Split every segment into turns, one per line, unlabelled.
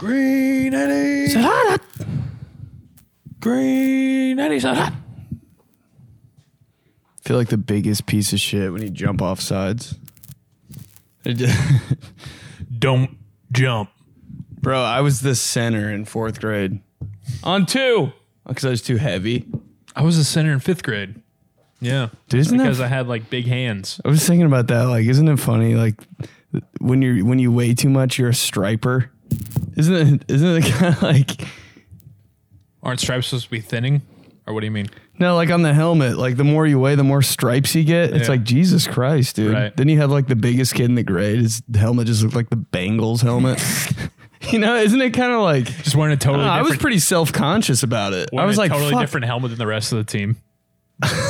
Green Eddie.
Saladat.
Green Eddie Saladat.
I feel like the biggest piece of shit when you jump off sides.
Don't jump.
Bro, I was the center in fourth grade. On two. Because I was too heavy.
I was a center in fifth grade. Yeah.
Dude, isn't that
because I had like big hands.
I was thinking about that. Like, isn't it funny? Like, when you're when you weigh too much, you're a striper. Isn't it? Isn't it kind of like
Aren't stripes supposed to be thinning? Or what do you mean?
no? Like on the helmet, like the more you weigh, the more stripes you get. It's
Yeah.
like Jesus Christ, dude.
Right.
Then you have like the biggest kid in the grade. His helmet just looked like the Bengals helmet. you know? Isn't it kind of like?
Just wearing a totally
Uh, I was
different,
pretty self conscious about it. I
wearing
was
a
like,
totally
fuck,
different helmet than the rest of the team.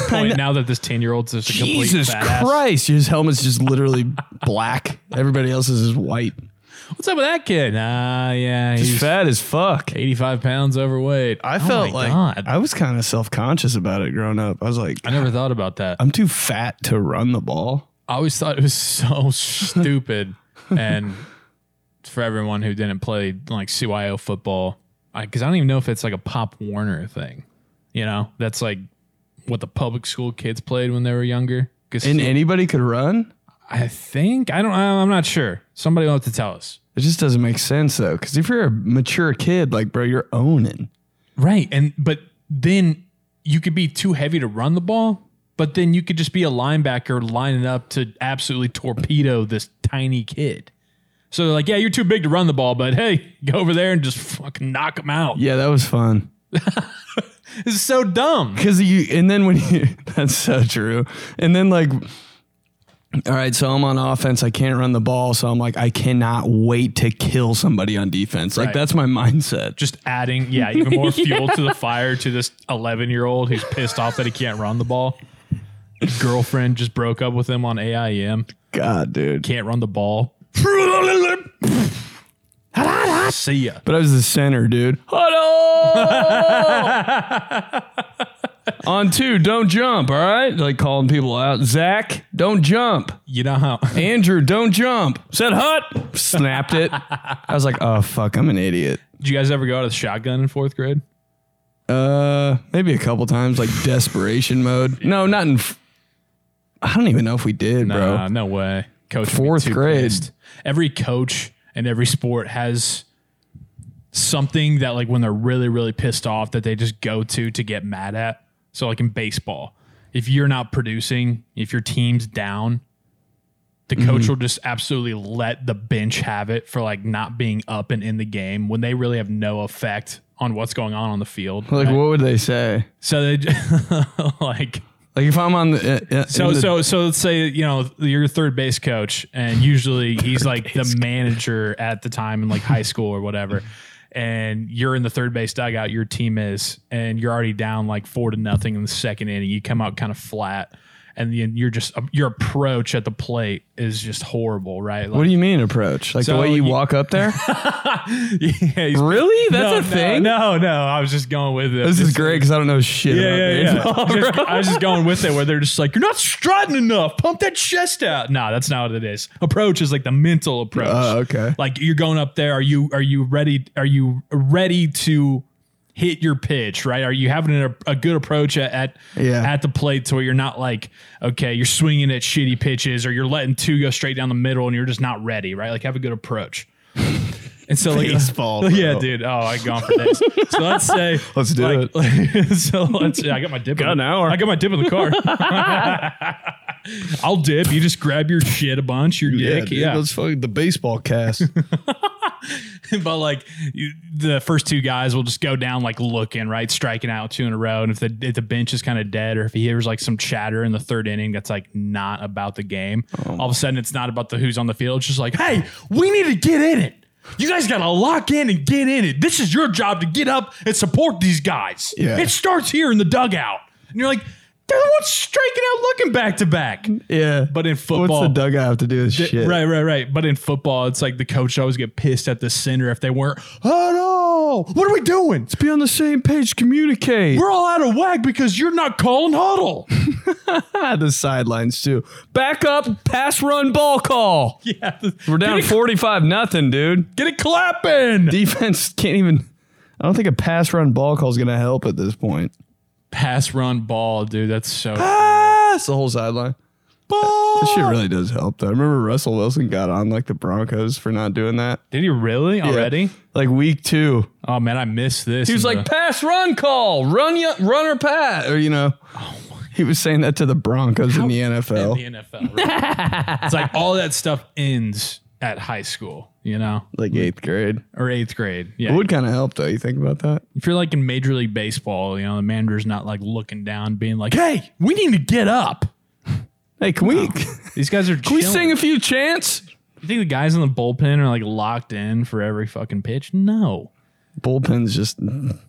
Point now that this ten year old's just a complete
Jesus
badass.
Christ, his helmet's just literally black. Everybody else's is white.
What's up with that kid? Ah, yeah, he's
He's fat as fuck.
eighty five pounds overweight.
I
Oh my
felt like
God. I,
I was kind of self conscious about it growing up. I was like,
never thought about that.
I'm too fat to run the ball.
I always thought it was so stupid. And for everyone who didn't play like CYO football, because I, don't even know if it's like a Pop Warner thing. You know, that's like what the public school kids played when they were younger. Because
And anybody could run.
I think I don't. I, I'm not sure. Somebody will have to tell us.
It just doesn't make sense though, because if you're a mature kid, like bro, you're owning.
Right. And but then you could be too heavy to run the ball, but then you could just be a linebacker lining up to absolutely torpedo this tiny kid. So they're like, yeah, you're too big to run the ball, but hey, go over there and just fucking knock him out.
Yeah, that was fun.
This is so dumb.
Because you, and then when you, that's so true. And then like, all right, so I'm on offense. I can't run the ball, so I'm like, I cannot wait to kill somebody on defense. Like
Right.
that's my mindset.
Just adding, yeah, even more fuel to the fire to this 11 year old who's pissed off that he can't run the ball. His girlfriend just broke up with him on AIM.
God, dude.
Can't run the ball. See ya.
But I was the center, dude. Huddle! On two, don't jump, all right? Like calling people out. Zach, don't jump.
You know how
Andrew, don't jump. Said hut. Snapped it. I was like, oh, fuck, I'm an idiot.
Did you guys ever go out of the shotgun in fourth grade?
Uh, maybe a couple times, like desperation mode. No, not in. F- I don't even know if we did, bro.
Nah, Uh, no way. Coach, would be
Fourth
too
grade.
pissed. Every coach and every sport has something that, like, when they're really, really pissed off, that they just go to to get mad at. So, like in baseball, if you're not producing, if your team's down, the
Mm-hmm.
coach will just absolutely let the bench have it for like not being up and in the game when they really have no effect on what's going on on the field.
Like, what would they say?
so they j- like
Like, if I'm on the. Uh, uh,
So
in the-
so so let's say you know you're a third base coach, and usually he's like the manager at the time in like high school or whatever. And you're in the third base dugout, your team is, and you're already down like four to nothing in the second inning. You come out kind of flat, and then you're just um, your approach at the plate is just horrible, right?
What
Like,
do you mean approach? Like
So
the way you,
you-
walk up there?
yeah, he's-
really? That's
no,
a thing?
No, no, no, I was just going with it.
This is great because I don't know shit
Yeah,
about
yeah, yeah.
baseball.
I was just- I was just going with it where they're just like, you're not strutting enough. Pump that chest out. No, that's not what it is. Approach is like the mental approach.
Oh, okay.
Like you're going up there. Are you are you ready? Are you ready to hit your pitch? Right? Are you having a, a good approach at at,
Yeah.
at the plate to where you're not like okay, you're swinging at shitty pitches or you're letting two go straight down the middle and you're just not ready. Right? Like have a good approach. And so like
Baseball,
yeah,
bro.
dude. Oh, I gone for this. so let's say
Let's do
like,
it.
so let's. I got my dip.
Got
in,
an hour.
I got my dip in the car. I'll dip. You just grab your shit a bunch. Your dick.
dude,
Yeah.
Let's fucking the baseball cast.
but like you, the first two guys will just go down like looking right, striking out two in a row. And if the if the bench is kind of dead, or if he hears like some chatter in the third inning that's like not about the game,
Oh.
all of a sudden it's not about the who's on the field. It's just like, hey, we need to get in it. You guys gotta lock in and get in it. This is your job to get up and support these guys.
Yeah.
It starts here in the dugout. And you're like, they're the ones striking out looking back to back.
yeah.
But in
what's
football,
the dugout have to do with shit?
Right, right, right. But in football, it's like the coach always get pissed at the center if they weren't.
Huddle.
What are we doing?
Be on the same page. Communicate.
We're all out of whack because you're not calling huddle.
Ah, the sidelines too. Back up, pass, run, ball call.
Yeah,
We're down
Get it-
forty-five nothing, dude.
Get it clapping.
Defense can't even. I don't think a pass, run, ball call is going to help at this point.
Pass run ball, dude. That's so
Pass Ah, the whole sideline.
ball.
This shit really does help. Though. I remember Russell Wilson got on like the Broncos for not doing that.
Did he really already?
Like week two,
Oh man, I missed this.
he was like pass, run, call, run, y- run or pass, or you know. He was saying that to the Broncos in the NFL.
the NFL. right? it's like all that stuff ends at high school, you know,
like eighth grade.
or eighth grade.
It
Yeah,
would kind of help though. You think about that?
if you're like in Major League Baseball, you know, the manager's not like looking down, being like, "Hey, we need to get up."
Hey, can we can
These guys are.
we
chilling.
sing a few chants?
You think the guys in the bullpen are like locked in for every fucking pitch? No.
Bullpen's just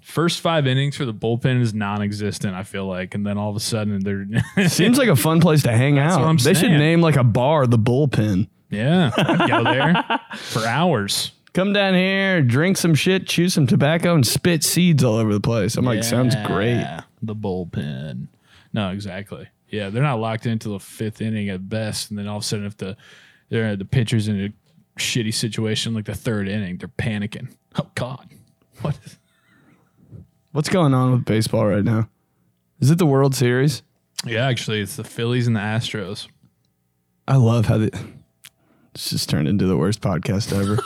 First five innings for the bullpen is non-existent. I feel like, and then all of a sudden they're
seems like a fun place to hang out.
what I'm
they should
saying.
name like a bar the bullpen.
yeah, go there for hours.
Come down here, drink some shit, chew some tobacco, and spit seeds all over the place. I'm like, sounds great.
Yeah, The bullpen. No, exactly. Yeah, they're not locked into the fifth inning at best, and then all of a sudden, if the they're the pitcher's in a shitty situation like the third inning, they're panicking. Oh God, what? Is,
What's going on with baseball right now? Is it the World Series?
yeah, actually, it's the Phillies and the Astros.
I love how the it's just turned into the worst podcast ever.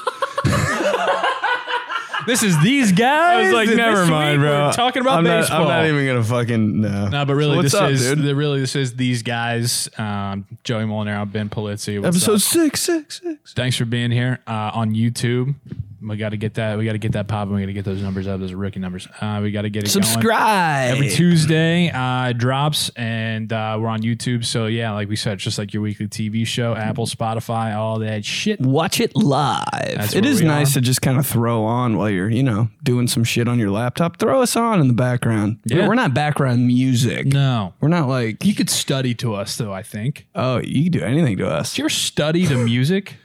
This is these guys. This week We're talking about
I'm not,
baseball.
I'm not even gonna fucking no.
no, but really,
So
this
what's up,
is
dude?
the, really this is these guys. Um, Joey Molinaro, Ben Polizzi. what's up?
episode six, six, six.
thanks for being here uh, on YouTube. We got to get that. We got to get that popping. We got to get those numbers up. Those are rookie numbers. Uh, we got to get it going.
Subscribe.
Every Tuesday uh, it drops, and uh, we're on YouTube. So yeah, like we said, it's just like your weekly TV show, Apple, Spotify, all that shit.
Watch it live. It
where
is
we
nice
are.
to just kind of throw on while you're, you know, doing some shit on your laptop. Throw us on in the background.
Yeah.
We're not background music.
No,
We're not like,
you could study to us though. I think.
oh, you can do anything to us.
Do you ever study to music?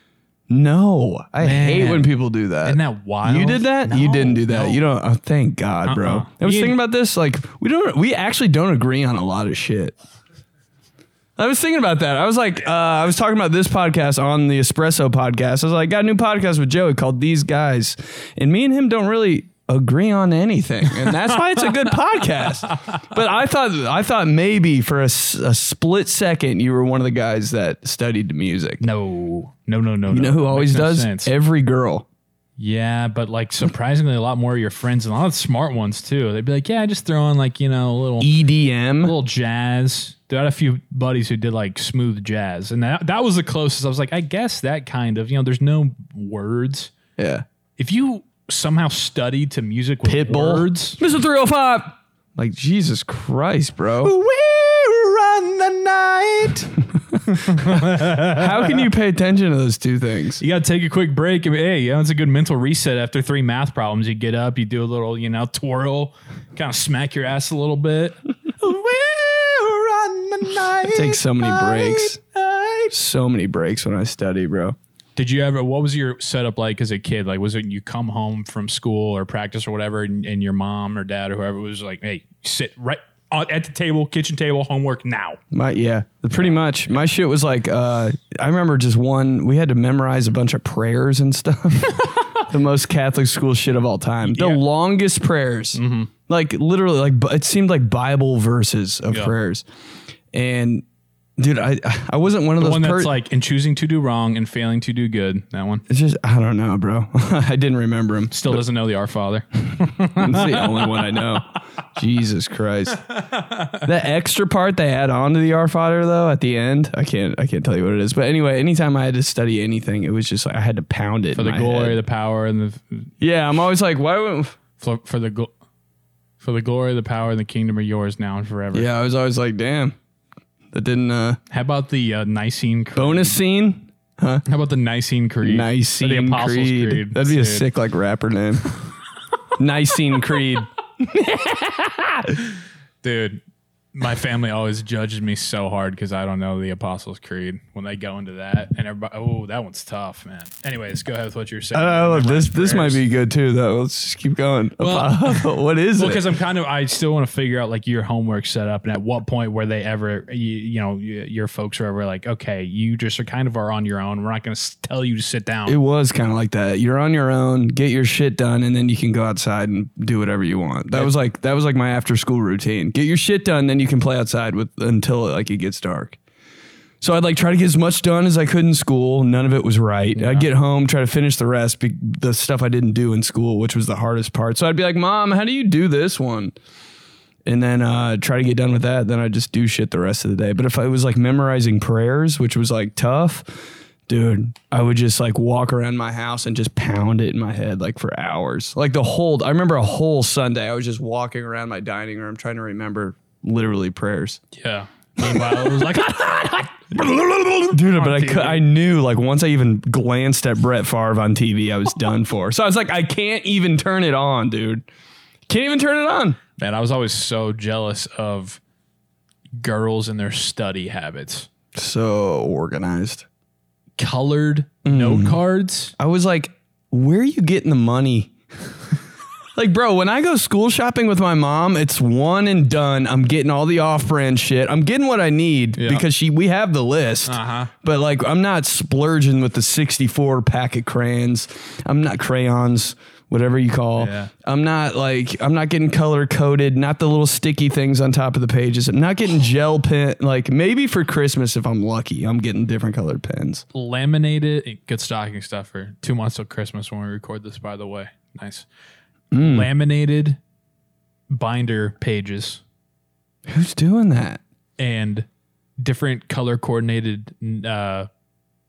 No, I
Man.
hate when people do that.
Isn't that wild?
You did that? you
No,
didn't do that.
no.
You don't. Oh, thank God, bro.
Uh-uh.
I was
You-
thinking about this. Like, we don't. We actually don't agree on a lot of shit. I was thinking about that. I was like, uh, I was talking about this podcast on the Espresso podcast. I was like, got a new podcast with Joey called These Guys, and me and him don't really agree on anything, and that's why it's a good podcast. But I thought, I thought maybe for a, s- a split second, you were one of the guys that studied music.
No, no, no, no.
You know who always does? Every girl.
Yeah, but like surprisingly, a lot more of your friends and a lot of smart ones too. They'd be like, "Yeah, I just throw on like you know a little
E EDM.
little jazz." There had a few buddies who did like smooth jazz, and that that was the closest. I was like, I guess that kind of you know. There's no words.
Yeah.
If you somehow study to music with
Pitbull.
words,
Mr. 305. Like, Jesus Christ, bro.
we run the night.
How can you pay attention to those two things?
You gotta take a quick break. I mean, hey, you know, it's a good mental reset after three math problems. You get up, you do a little, you know, twirl, kind of smack your ass a little bit.
I take so many breaks. So many breaks when I study, bro.
Did you ever? What was your setup like as a kid? Like, was it you come home from school or practice or whatever, and, and your mom or dad or whoever was like, "Hey, sit right on, at the table, kitchen table, homework now."
My yeah, pretty much. My shit was like uh, I remember just one. We had to memorize a bunch of prayers and stuff. the most Catholic school shit of all time. The
Yeah. Mm-hmm.
longest prayers, like literally, like bu- it seemed like Bible verses of
Yeah.
prayers. And dude, I I wasn't one of those
One that's
per-
like, "In choosing to do wrong and failing to do good." That one
It's just I don't know, bro. I didn't remember him.
still doesn't know the Our Father.
It's the only one I know. Jesus Christ. The extra part they add on to the R fodder though at the end, I can't I can't tell you what it is. But anyway, anytime I had to study anything, it was just like I had to pound it
For the glory, the power, and the
Yeah, I'm always like, why would
for, for the gl- for the glory, the power, and the kingdom are yours now and forever.
Yeah, I was always like, damn. That didn't uh
How about the uh, Nicene Creed?
bonus scene?
How about the Nicene Creed? Or the
Nicene
Apostles'
Creed.
Creed.
That'd be a
dude.
sick like rapper name. Nicene Creed.
dude. my family always judges me so hard because I don't know the Apostles' Creed when they go into that, and everybody, oh, that one's tough, man. Anyways, go ahead with what you're saying.
Oh,
Memorize
this this might
prayers.
be good too though. Let's just keep going. what is
Well,
it?
because I'm kind of, I still want to figure out like your homework setup and at what point were they ever, you, you know, y- your folks were ever like, okay, you just are kind of are on your own. We're not going to tell you to sit down.
It was kind of like that. You're on your own, get your shit done, and then you can go outside and do whatever you want. That was like that was like my after school routine. Get your shit done, then you can play outside with until like it gets dark. So I'd like try to get as much done as I could in school. None of it was right. I'd get home, try to finish the rest, be, the stuff I didn't do in school, which was the hardest part. So I'd be like, "Mom, how do you do this one?" and then uh, try to get done with that. Then I just do shit the rest of the day. But if I was like memorizing prayers, which was like tough, dude, I would just like walk around my house and just pound it in my head like for hours. Like the whole, I remember a whole Sunday, I was just walking around my dining room trying to remember literally prayers.
yeah. Meanwhile, it was like,
Dude, but I,
TV.
cou- I knew like once I even glanced at Brett Favre on TV, I was done for. So I was like, I can't even turn it on, dude. Can't even turn it on.
man, I was always so jealous of girls and their study habits.
So organized.
Colored note cards.
I was like, where are you getting the money? like, bro, when I go school shopping with my mom, it's one and done. I'm getting all the off brand shit. I'm getting what I need because she we have the list.
Uh-huh.
But like I'm not splurging with the 64 packet crayons. I'm not crayons, whatever you call.
Yeah.
I'm not like I'm not getting color coded, not the little sticky things on top of the pages. I'm not getting gel pen like maybe for Christmas if I'm lucky, I'm getting different colored pens.
laminated good stocking stuffer. Two months till Christmas when we record this, by the way. Nice. Laminated binder pages
Who's doing that?
and different color coordinated uh,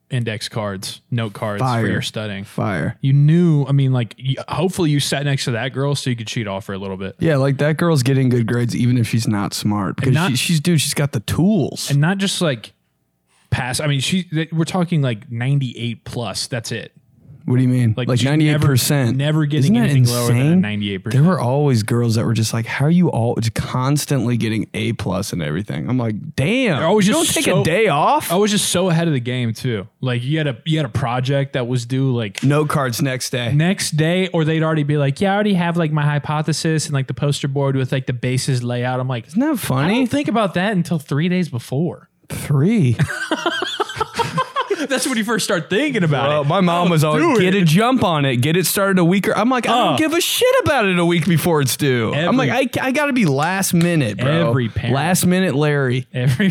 index cards, note cards
Fire.
for your studying.
Fire.
You knew, I mean, like, y- hopefully you sat next to that girl so you could cheat off her a little bit.
Yeah, like that girl's getting good grades even if she's not smart because
not-
she, she's dude, she's got the tools.
And not just like pass. I mean, she, th- we're talking like 98 plus. That's it.
what do you mean? Like
just
ninety eight
Never,
percent.
never getting
Isn't that
anything lower than
insane?
a 98%.
There were always girls that were just like, "How are you all just constantly getting A plus and everything?" I'm like, "Damn,
I was
you don't
just
take a
so- Oh.
day off."
I was just so ahead of the game too. Like you had a you had a project that was due like
Note cards next day.
next day, or they'd already be like, "Yeah, I already have like my hypothesis and like the poster board with like the bases layout." I'm like,
Isn't that
I
funny?
didn't think about that until three days before.
Three.
That's when you first start thinking about
Well,
it.
my mom was always get a jump on it, get it started a week. Or, I'm like, I don't
Uh.
give a shit about it a week before it's due. I'm
Every-
like, I, I got to be last minute, bro.
Every parent.
last minute, Larry.
Every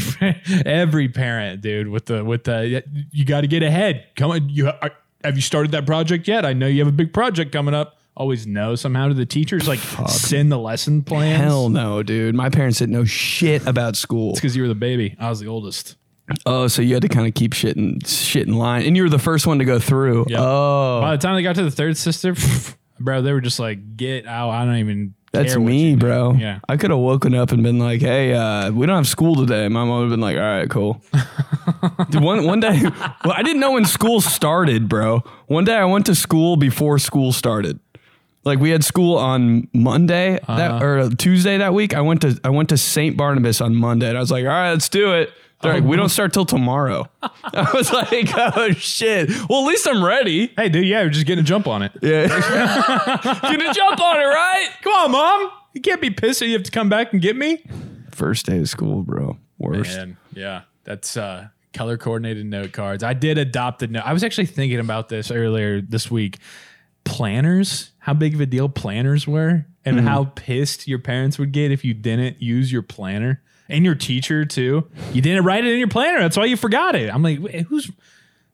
every parent, dude, with the with the you got to get ahead. Come on, you are, have you started that project yet? I know you have a big project coming up. Always know somehow to the teachers like send the lesson plans.
Hell no, dude. My parents didn't know shit about school.
because you were the baby. I was the oldest.
Oh, so you had to kind of keep shit in, shit in line. And you were the first one to go through. Oh,
By the time they got to the third sister, bro, they were just like, "Get out! I don't even."
that's
care what
me,
you do."
bro.
Yeah.
I could have woken up and been like, hey, uh, we don't have school today. My mom would have been like, all right, cool. Dude, one, one day, well, I didn't know when school started, bro. One day I went to school before school started. Like we had school on Monday
Uh-huh.
that, or Tuesday that week. I went to I went to St. Barnabas on Monday, and I was like, "All right, let's do it." They're like, "We don't start till tomorrow." I was like, "Oh shit!" Well, at least I'm ready.
Hey, dude, yeah, we're just getting a jump on it.
Yeah, gonna jump on it, right?
Come on, mom. You can't be pissed that you have to come back and get me.
First day of school, bro. Worst.
And yeah, that's uh, color coordinated note cards. I did adopt a note. I was actually thinking about this earlier this week. Planners, how big of a deal planners were, and
Mm-hmm.
how pissed your parents would get if you didn't use your planner and your teacher too. You didn't write it in your planner. That's why you forgot it. I'm like, "Wh- who's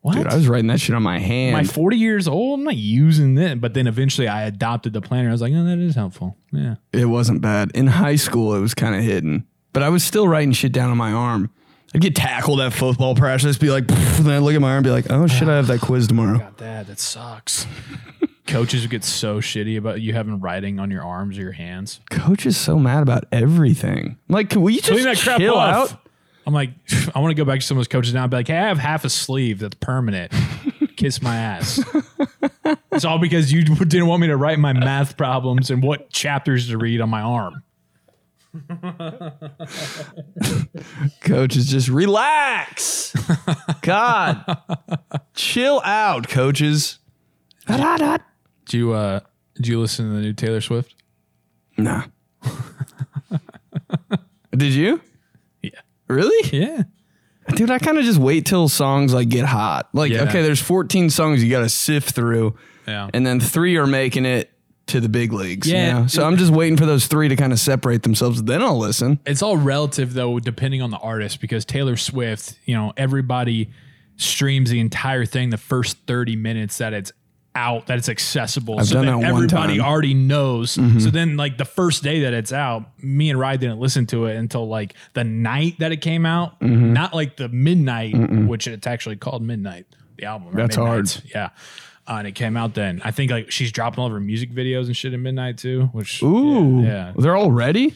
what?
Dude, I was writing that shit on my hand.
my 40 years old, I'm not using it. But then eventually I adopted the planner. I was like, oh, that is helpful. Yeah.
It wasn't bad. In high school, it was kind of hidden, but I was still writing shit down on my arm. I'd get tackled at football practice, be like, "Pff," and then I'd look at my arm, and be like, oh shit, I have that quiz tomorrow.
Got that. That sucks. Coaches would get so shitty about you having writing on your arms or your hands.
Coach is so mad about everything. I'm like, will you just
Clean that crap
chill
off.
out?
I'm like, I want to go back to some of those coaches now and be like, hey, I have half a sleeve that's permanent. Kiss my ass. it's all because you didn't want me to write my math problems and what chapters to read on my arm.
Coach is just relax. God, chill out, coaches.
Do you uh do you listen to the new Taylor Swift?
Nah. Did you?
Yeah.
Really?
Yeah.
Dude, I kind of just wait till songs like get hot. Like,
Yeah.
okay, there's 14 songs you got to sift through,
Yeah.
and then three are making it to the big leagues. you
Yeah.
know? So I'm just waiting for those three to kind of separate themselves. Then I'll listen.
it's all relative though, depending on the artist, because Taylor Swift, you know, everybody streams the entire thing the first 30 minutes that it's out, that it's accessible. so
done
then
that one
everybody
time. Mm-hmm.
already knows. So then like the first day that it's out, me and Ryan didn't listen to it until like the night that it came out.
Mm-hmm.
Not like the midnight, which it's actually called midnight, the album. or
That's hard.
Midnight's. Yeah. Uh, and it came out then. I think like she's dropping all of her music videos and shit at midnight too, which
Ooh,
yeah.
they're all ready.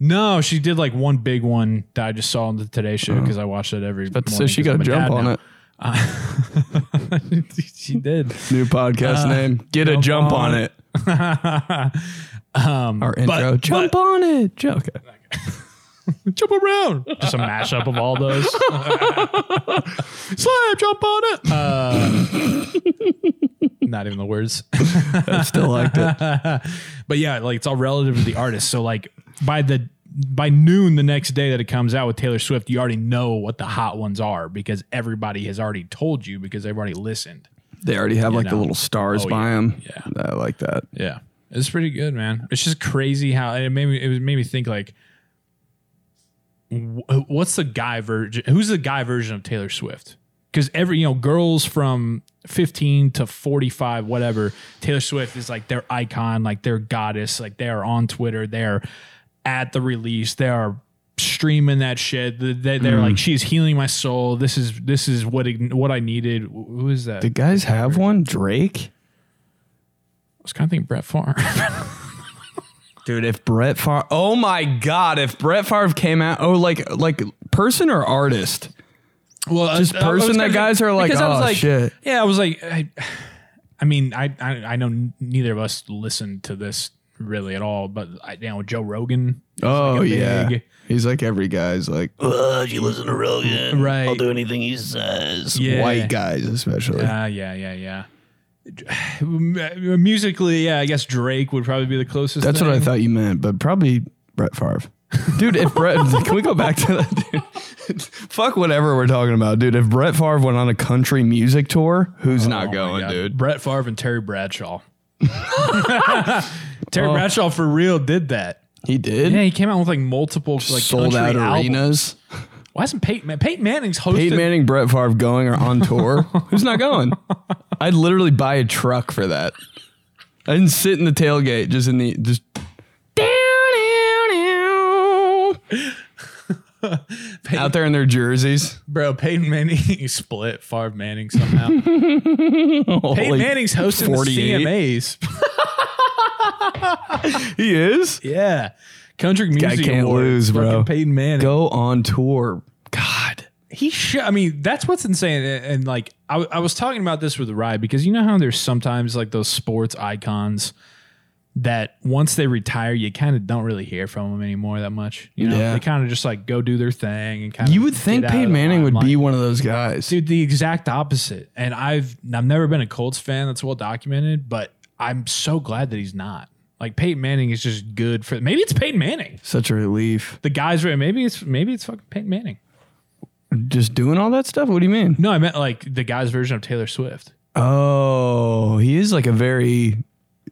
no, she did like one big one that I just saw on the Today Show because I watch that every.
Oh. But so she got to jump on it.
it. she did.
New
Uh,
podcast name. Get a jump on,
on
it.
Um,
Our intro. jump on it. Jump. Okay.
Jump around. Just a mashup of all those. Slam, jump on it. Uh, not even the words.
I still liked it.
but yeah, like it's all relative to the artist. So like by the by noon the next day that it comes out with Taylor Swift, you already know what the hot ones are because everybody has already told you because they've already listened.
They already have like the
know.
little stars
Oh,
by
yeah.
them.
Yeah.
I like that.
Yeah, it's pretty good, man. It's just crazy how it made me. It made me think like, wh- what's the guy version? Who's the guy version of Taylor Swift? Because every you know, girls from fifteen to forty five, whatever. Taylor Swift is like their icon, like their goddess. Like they are on Twitter. They are at the release. They are streaming that shit. They, they- they're like, she's healing my soul. This is this is what it, what I needed. Who is that?
Do guys have one? Drake?
I was kind of thinking Brett Favre.
Dude, if Brett Favre, oh my god, if Brett Favre came out, oh like like person or artist,
Well, uh, just
person that guys are like, "Oh, shit."
Yeah, I was like, I, I mean, I, I I know n- neither of us listened to this really at all, but I you know Joe Rogan. is like
oh
a
yeah,
big-
he's like every guy's like
Uh, you listen to Rogan.
Right.
I'll do anything he says.
yeah.
white guys especially.
Ah, yeah, yeah, yeah. M- Musically, yeah, I guess Drake would probably be the closest.
That's what I thought you meant, but probably Brett Favre. Dude, if Brett, can we go back to that? Dude? Fuck whatever we're talking about, dude. If Brett Favre went on a country music tour, who's not going, Oh, dude?
Brett Favre and Terry Bradshaw. Terry Bradshaw for real did that.
He did.
Oh. Yeah, he came out with like multiple like
Sold out
country albums.
arenas.
Why hasn't Peyton, Man- Peyton Manning's hosted?
Peyton Manning, Brett Favre going or on tour. Who's not going? I'd literally buy a truck for that. I'd sit in the tailgate, just in the just. Out there in their jerseys.
Bro, Peyton Manning split Favre Manning somehow. Peyton
Holy-
Manning's hosting the
48.
CMAs.
He is.
yeah. Country
Guy
music
can't
Award.
lose, bro.
Fucking Peyton Manning.
Go on tour. God.
He sh- I mean, that's what's insane. And, and, like, I, w- I was talking about this with Rye because you know how there's sometimes like those sports icons that once they retire, you kind of don't really hear from them anymore that much. You know,
Yeah.
they kind of just like go do their thing and kind of.
You would think Peyton Manning would be one of those guys.
dude the exact opposite and i've i've never been a colts fan that's well documented but i'm so glad that he's not like peyton manning is just good for maybe it's peyton manning
Such a relief.
the guys right maybe it's maybe it's fucking peyton manning
Just doing all that stuff? What do you mean?
no i meant like the guy's version of taylor swift
Oh, he is like a very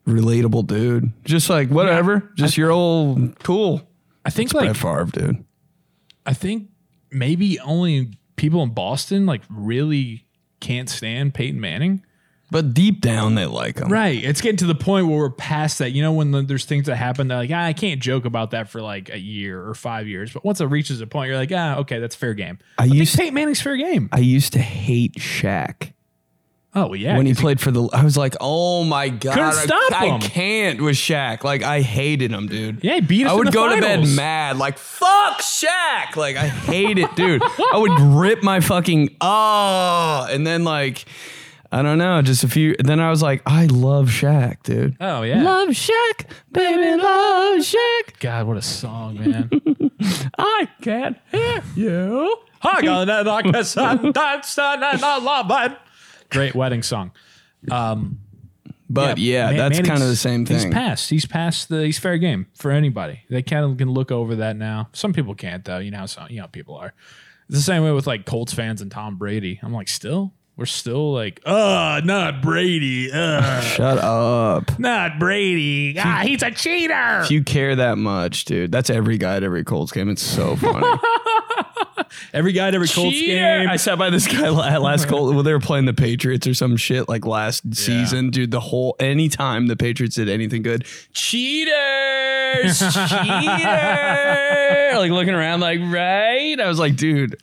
relatable dude. Just like whatever. Just your old cool.
i think like
Brett Favre, dude.
i think maybe only people in boston like really can't stand peyton manning
But deep down, they like him.
right it's getting to the point where we're past that you know when the, there's things that happen that like ah, i can't joke about that for like a year or five years but once it reaches a point you're like ah okay that's fair game
I
I
used
think Peyton Manning's fair game.
I used to hate Shaq
Oh well, yeah.
when he
'cause
played for the. I was like, oh my god,
Couldn't stop
I, I
him.
can't with Shaq. Like I hated him, dude.
yeah, he beat us.
I
in
would
the
go to bed
finals.
mad, like fuck Shaq. Like I hate it, dude. I would rip my fucking ah, and then like I don't know. Just a few. Then I was like, I love Shaq, dude.
Oh yeah.
Love Shaq, baby, love Shaq.
God, what a song, man.
I can't hear you.
Great wedding song.
But yeah,
Man-
that's
Manning's-
kind of the same thing.
He's passed. He's passed the. He's fair game for anybody. They kind of can look over that now. Some people can't though. You know how some you know how people are. It's the same way with like Colts fans and Tom Brady. I'm like, still, we're still like, uh, not Brady, uh,
Shut up.
not Brady. Ah, he's a cheater.
If you care that much, dude, that's every guy at every Colts game. It's so funny.
Every guy at every Colts game.
I sat by this guy la- at last Colts. Well, they were playing the Patriots or some shit like last season, dude. The whole anytime the Patriots did anything good, cheaters, cheater. Like looking around, like right. I was like, dude,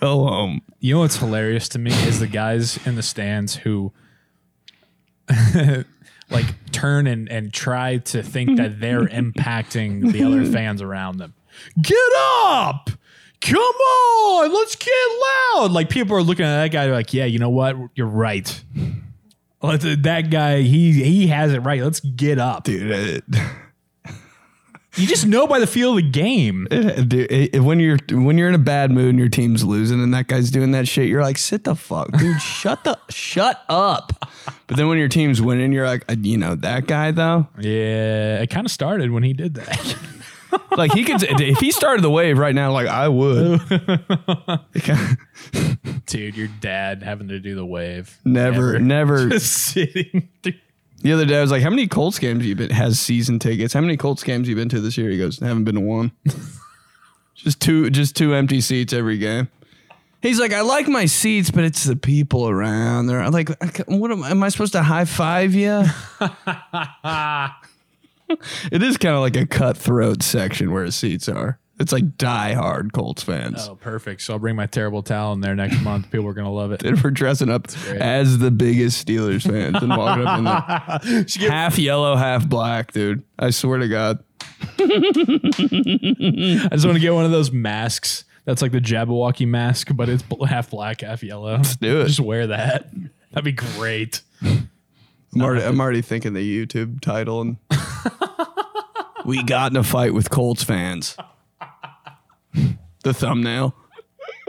go home.
You know what's hilarious to me is the guys in the stands who like turn and, and try to think that they're impacting the other fans around them. Get up! Come on, let's get loud. Like people are looking at that guy they're like, yeah, you know what? You're right. Let the- that guy, he he has it right. Let's get up.
Dude,
You just know by the feel of the game.
it, dude it- it- when you're when you're in a bad mood and your team's losing and that guy's doing that shit, you're like, sit the fuck, dude, shut the shut up. But then when your team's winning, you're like, uh, you know that guy though.
Yeah, it kind of started when he did that.
Like he could, if he started the wave right now, like I would.
Dude, your dad having to do the wave.
never, never.
sitting. Dude.
The other day, I was like, "How many Colts games you been has season tickets? How many Colts games you been to this year?" He goes, "I "Haven't been to one. just two, just two empty seats every game." He's like, "I like my seats, but it's the people around there." I'm like, I ca- "What am, am I supposed to high five you?" it is kind of like a cutthroat section where seats are. It's like diehard Colts fans.
Oh, perfect. So I'll bring my terrible towel in there next month. People are gonna love it.
and we're dressing up as the biggest Steelers fans and walking up in the half yellow, half black, dude. I swear to God.
I just want to get one of those masks. That's like the Jabberwocky mask, but it's bl- half black, half yellow. Let's
do it.
Just wear that. That'd be great.
I'm already, I'm already thinking the YouTube title. And we got in a fight with Colts fans. The thumbnail.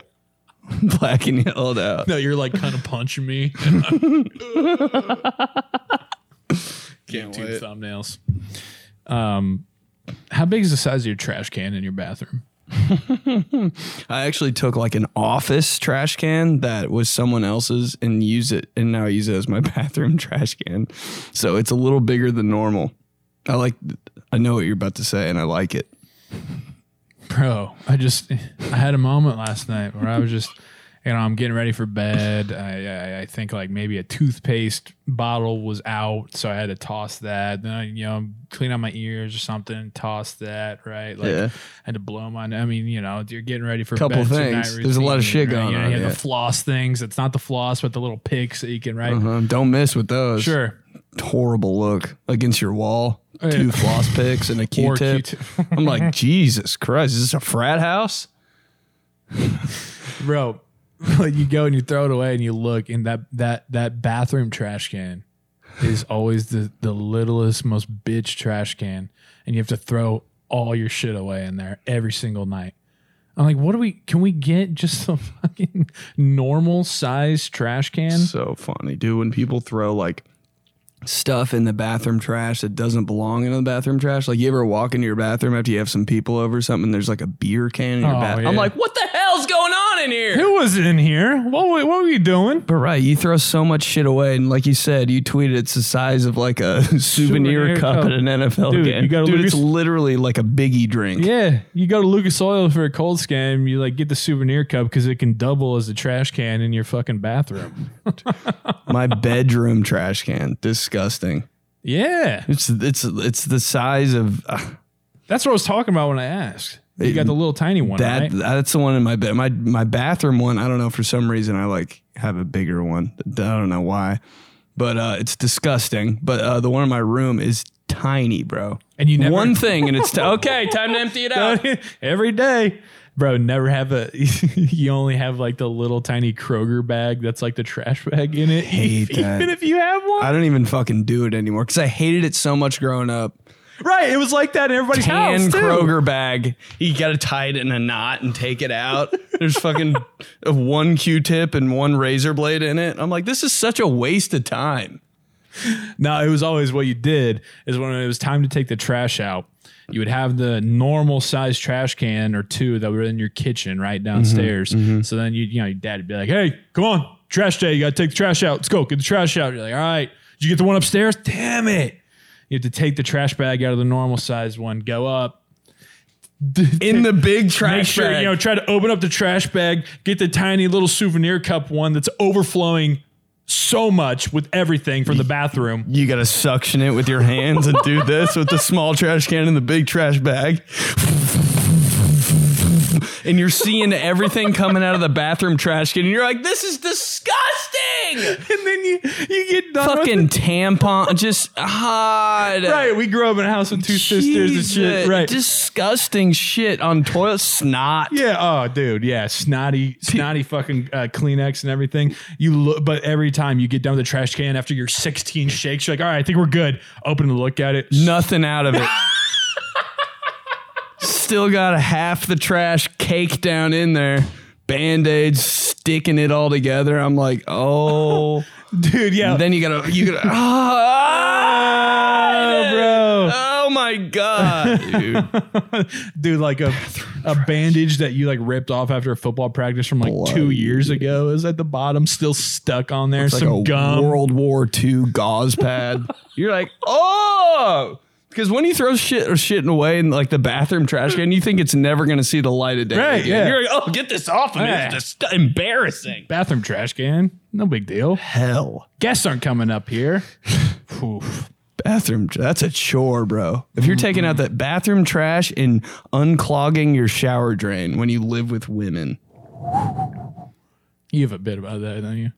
black and yellowed out.
No, you're like kind of punching me.
Can't
Two thumbnails. Um, how big is the size of your trash can in your bathroom?
I actually took like an office trash can that was someone else's and used it, and now I use it as my bathroom trash can. So it's a little bigger than normal. I like, I know what you're about to say, and I like it.
bro i just i had a moment last night where i was just you know i'm getting ready for bed I, I i think like maybe a toothpaste bottle was out so i had to toss that then i you know clean out my ears or something toss that right like
Yeah.
i had to blow my i mean you know you're getting ready for bed,
Couple
it's your
things.
night
There's a lot of shit
right?
going
you know,
on,
you have
yeah.
the floss things it's not the floss but the little picks that you can right
Uh-huh. Don't miss with those.
sure Oh,
Horrible look against your wall. Two
yeah.
floss picks and a Q tip.
Q-tip.
I'm like, Jesus Christ, is this a frat house?
bro you go and you throw it away and you look and that that that bathroom trash can is always the the littlest most bitch trash can and you have to throw all your shit away in there every single night i'm like what do we can we get just a fucking normal size trash can
So funny, dude. When people throw like stuff in the bathroom trash that doesn't belong in the bathroom trash, like you ever walk into your bathroom after you have some people over or something, there's like a beer can in your
Oh,
bathroom. I'm
yeah.
like, what the hell's going on in here?
who was in here what, were- what were you doing
But right, you throw so much shit away, and like you said, you tweeted it's the size of like a
Souvenir
souvenir, cup,
cup.
at an NFL
Dude,
game.
you gotta
dude,
look
it's
at-
literally like a biggie drink.
yeah you go to lucas oil for a cold scam you like get the souvenir cup because it can double as a trash can in your fucking bathroom
My bedroom trash can, disgusting.
yeah
It's it's it's the size of uh,
That's what I was talking about when I asked. You got the little tiny one,
That
right?
that's the one in my bed. My my bathroom one. I don't know for some reason I like have a bigger one. I don't know why, but uh, it's disgusting. But uh, the one in my room is tiny, bro.
And you never-
one thing, and it's t- okay. Time to empty it out.
Every day. Bro, never have a. you only have like the little tiny Kroger bag that's like the trash bag in it.
Hate
even
that.
if you have one,
I don't even fucking do it anymore because I hated it so much growing up.
right? It was like that in everybody's
Tan
house too.
Kroger bag. You got to tie it in a knot and take it out. There's fucking one Q-tip and one razor blade in it. I'm like, this is such a waste of time.
No, it was always what you did is when it was time to take the trash out, you would have the normal size trash can or two that were in your kitchen right
Mm-hmm.
downstairs. So then you, you know, your dad would be like, "Hey, come on, trash day! You got to take the trash out. Let's go get the trash out." You're like, "All right, did you get the one upstairs? Damn it!" You have to take the trash bag out of the normal size one, go up.
In the big trash
Make sure
bag.
you know. Try to open up the trash bag. Get the tiny little souvenir cup one that's overflowing so much with everything from the bathroom.
you gotta suction it with your hands and do this with the small trash can and the big trash bag. And you're seeing everything coming out of the bathroom trash can, and you're like, this is disgusting!
and then you you get done with
Fucking tampon, just hot.
it. right. We grew up in a house with two sisters and shit. Right.
Disgusting shit on toilet snot.
yeah. Oh, dude. Yeah. Snotty, snotty fucking uh, Kleenex and everything. You look, but every time you get down with the trash can after your 16 shakes, you're like, all right, I think we're good. Open and look at it.
Nothing out of it. Still got half the trash cake down in there. Band-aids sticking it all together. I'm like, oh.
Dude. Yeah.
And then you gotta you gotta ah,
bro.
Oh my god. Dude.
dude, like a a bandage that you like ripped off after a football practice from like two years ago is at the bottom, still stuck on there.
It's like
Some
a
gum.
World War II gauze pad. You're like, oh, because when you throw shit or shitting away in like the bathroom trash can, you think it's never going to see the light of day.
Right,
again.
yeah.
You're like, oh, get this off of me.
Yeah.
It's just embarrassing.
Bathroom trash can. No big deal.
Hell,
Guests aren't coming up here. Oof.
bathroom. tr- That's a chore, bro. If you're taking
Mm-hmm.
out that bathroom trash and unclogging your shower drain when you live with women,
You have a bit about that, don't you?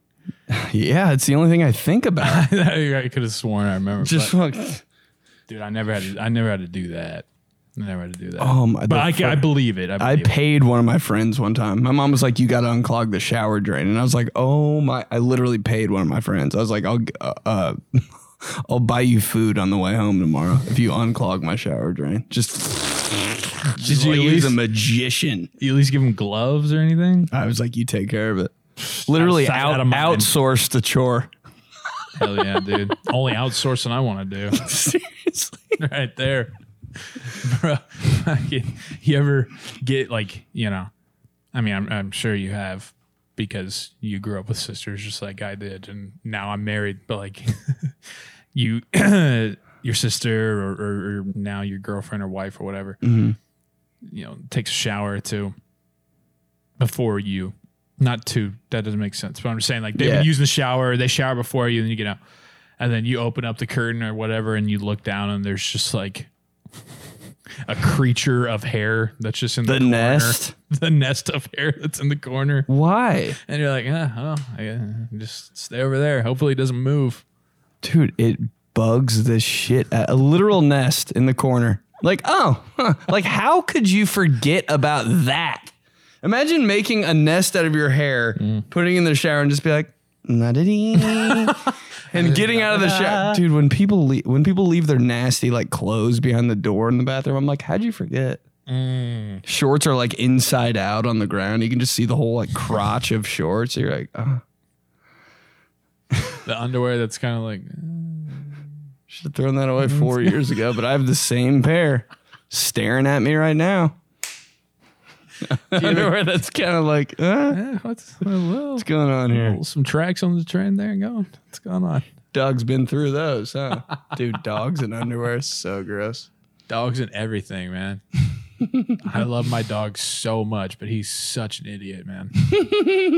yeah, it's the only thing I think about.
I could have sworn I remember.
just
but,
fuck.
dude, I never had to. I never had to do that. I never had to do that.
Oh my.
but
the
I,
fu-
ca- I believe it. I,
I
believe it.
paid one of my friends one time. My mom was like, "You got to unclog the shower drain," and I was like, "Oh my!" I literally paid one of my friends. I was like, "I'll uh, uh, I'll buy you food on the way home tomorrow if you unclog my shower drain." Just just
you
like
at
he's
least-
a magician.
You at least give him gloves or anything.
I was like, "You take care of it." Literally
Outside
out,
of mine.
outsourced the chore.
Hell yeah, dude! Only outsourcing I want to do.
Seriously,
right there, bro. fucking- you ever get like you know? I mean, I'm, I'm sure you have because you grew up with sisters just like I did, and now I'm married. But like you, your sister or, or, or now your girlfriend or wife or whatever, you know, takes a shower or two before you. Not two. That doesn't make sense. But I'm just saying, like they've
Yeah.
been using the shower. They shower before you, and you get out and then you open up the curtain or whatever and you look down and there's just like a creature of hair that's just in the,
the
corner.
nest.
the nest of hair that's in the corner
Why,
and you're like ah, oh I guess just stay over there hopefully it doesn't move
dude? It bugs the shit. Out. A literal nest in the corner. Like, oh, huh. like how could you forget about that? Imagine making a nest out of your hair, putting it in the shower, and just be like, "Na-da-dee," and getting out of the shower, dude. When people leave, when people leave their nasty like clothes behind the door in the bathroom, I'm like, how'd you forget? Shorts are like inside out on the ground. You can just see the whole like crotch of shorts. You're like, oh,
the underwear that's kind of like
should have thrown that away four years ago, but I have the same pair staring at me right now. Underwear that's kind of like, uh,
eh, what's well,
what's going on here?
some tracks on the train there going what's going on
Dog's been through those, huh? Dude, dogs and underwear is so gross.
dogs and everything man I love my dog so much but he's such an idiot man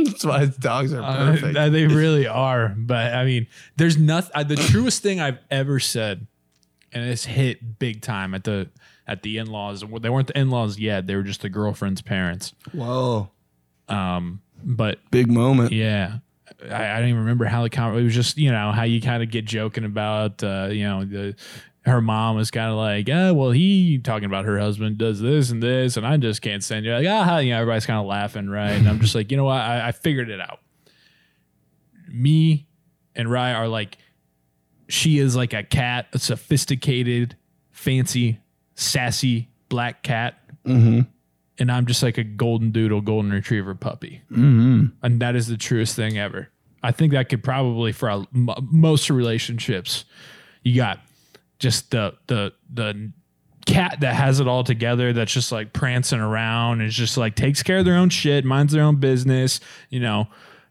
That's why dogs are
Uh,
perfect.
th- they really are. But I mean, there's nothing. The truest thing I've ever said, and it's hit big time at the at the in laws. Well, they weren't the in laws yet. They were just the girlfriend's parents.
Whoa,
Um, but
big moment.
yeah. I, I don't even remember how the conversation. It was just you know how you kind of get joking about uh, you know the her mom was kind of like, yeah, well, he talking about her husband does this and this, and I just can't stand you. Like, ah, you know, everybody's kind of laughing, right? And I'm just like, you know what? I, I figured it out. Me and Rye are like, she is like a cat, a sophisticated, fancy, sassy black cat.
Mm-hmm.
And I'm just like a golden doodle, golden retriever puppy. And that is the truest thing ever. I think that could probably, for a, m- most relationships, you got just the the the cat that has it all together that's just like prancing around and is just like takes care of their own shit minds their own business you know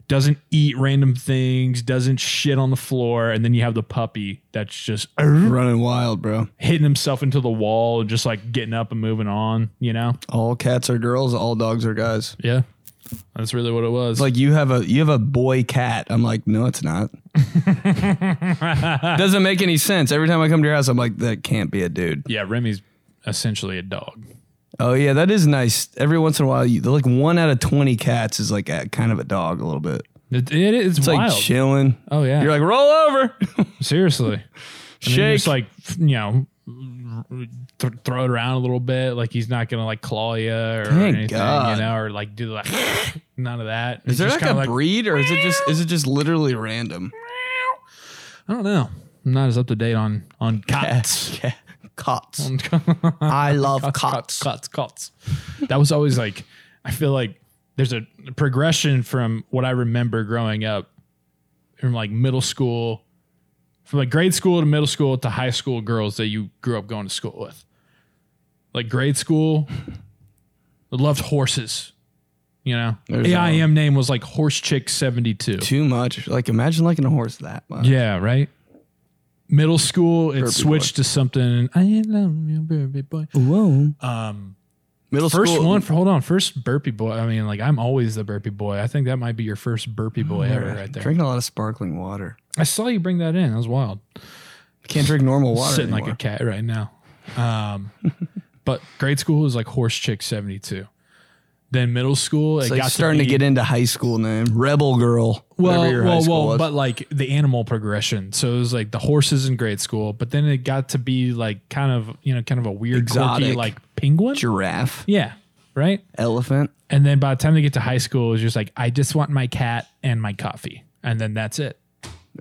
doesn't eat random things doesn't shit on the floor and then you have the puppy that's just
Running wild, bro.
hitting himself into the wall and just like getting up and moving on you know
All cats are girls. All dogs are guys.
yeah that's really what it was
It's like you have a you have a boy cat. I'm like, no, it's not. Doesn't make any sense. Every time I come to your house, I'm like, that can't be a dude.
yeah remy's essentially a dog
Oh yeah, that is nice. Every once in a while, you like one out of twenty cats is like a, kind of a dog a little bit.
it, it, it's,
It's
wild
like chilling.
oh yeah
You're like roll over,
seriously Shake.
shake.
Just like f- you know, th- throw it around a little bit. Like he's not gonna like claw you or
Thank
anything,
God.
you know, or like do like none of that.
is there like a breed, or is it just is it just literally random?
I don't know. I'm not as up to date on on cats.
Yeah. Cots. I love cots.
Cuts, cuts. That was always like, I feel like there's a progression from what I remember growing up from like middle school, from like grade school to middle school to high school girls that you grew up going to school with. Like grade school, I loved horses. You know,
There's
AIM name was like Horse Chick 72.
Too much. Like imagine liking a horse that much.
Yeah, right. Middle school, it
Burpee
switched to something. I love you, baby boy.
Whoa.
Um,
Middle
First
school.
one, hold on. First burpee boy. I mean, like I'm always the burpee boy. I think that might be your first burpee boy
Mm,
ever, right there.
Drinking a lot of sparkling water.
I saw you bring that in. That was wild.
Can't drink normal water.
Sitting
anymore.
like a cat right now. Um, but grade school was like horse chick seventy two. Then middle school,
It's
it
like
got
starting to,
be-
get into high school name. Rebel girl.
Well,
whatever your high
well,
school
well,
was.
but like the animal progression. So it was like the horses in grade school, but then it got to be like kind of you know kind of a weird quirky
Exotic.
like penguin.
giraffe,
yeah, right.
elephant.
And then by the time they get to high school, it's just like, I just want my cat and my coffee. And then that's it.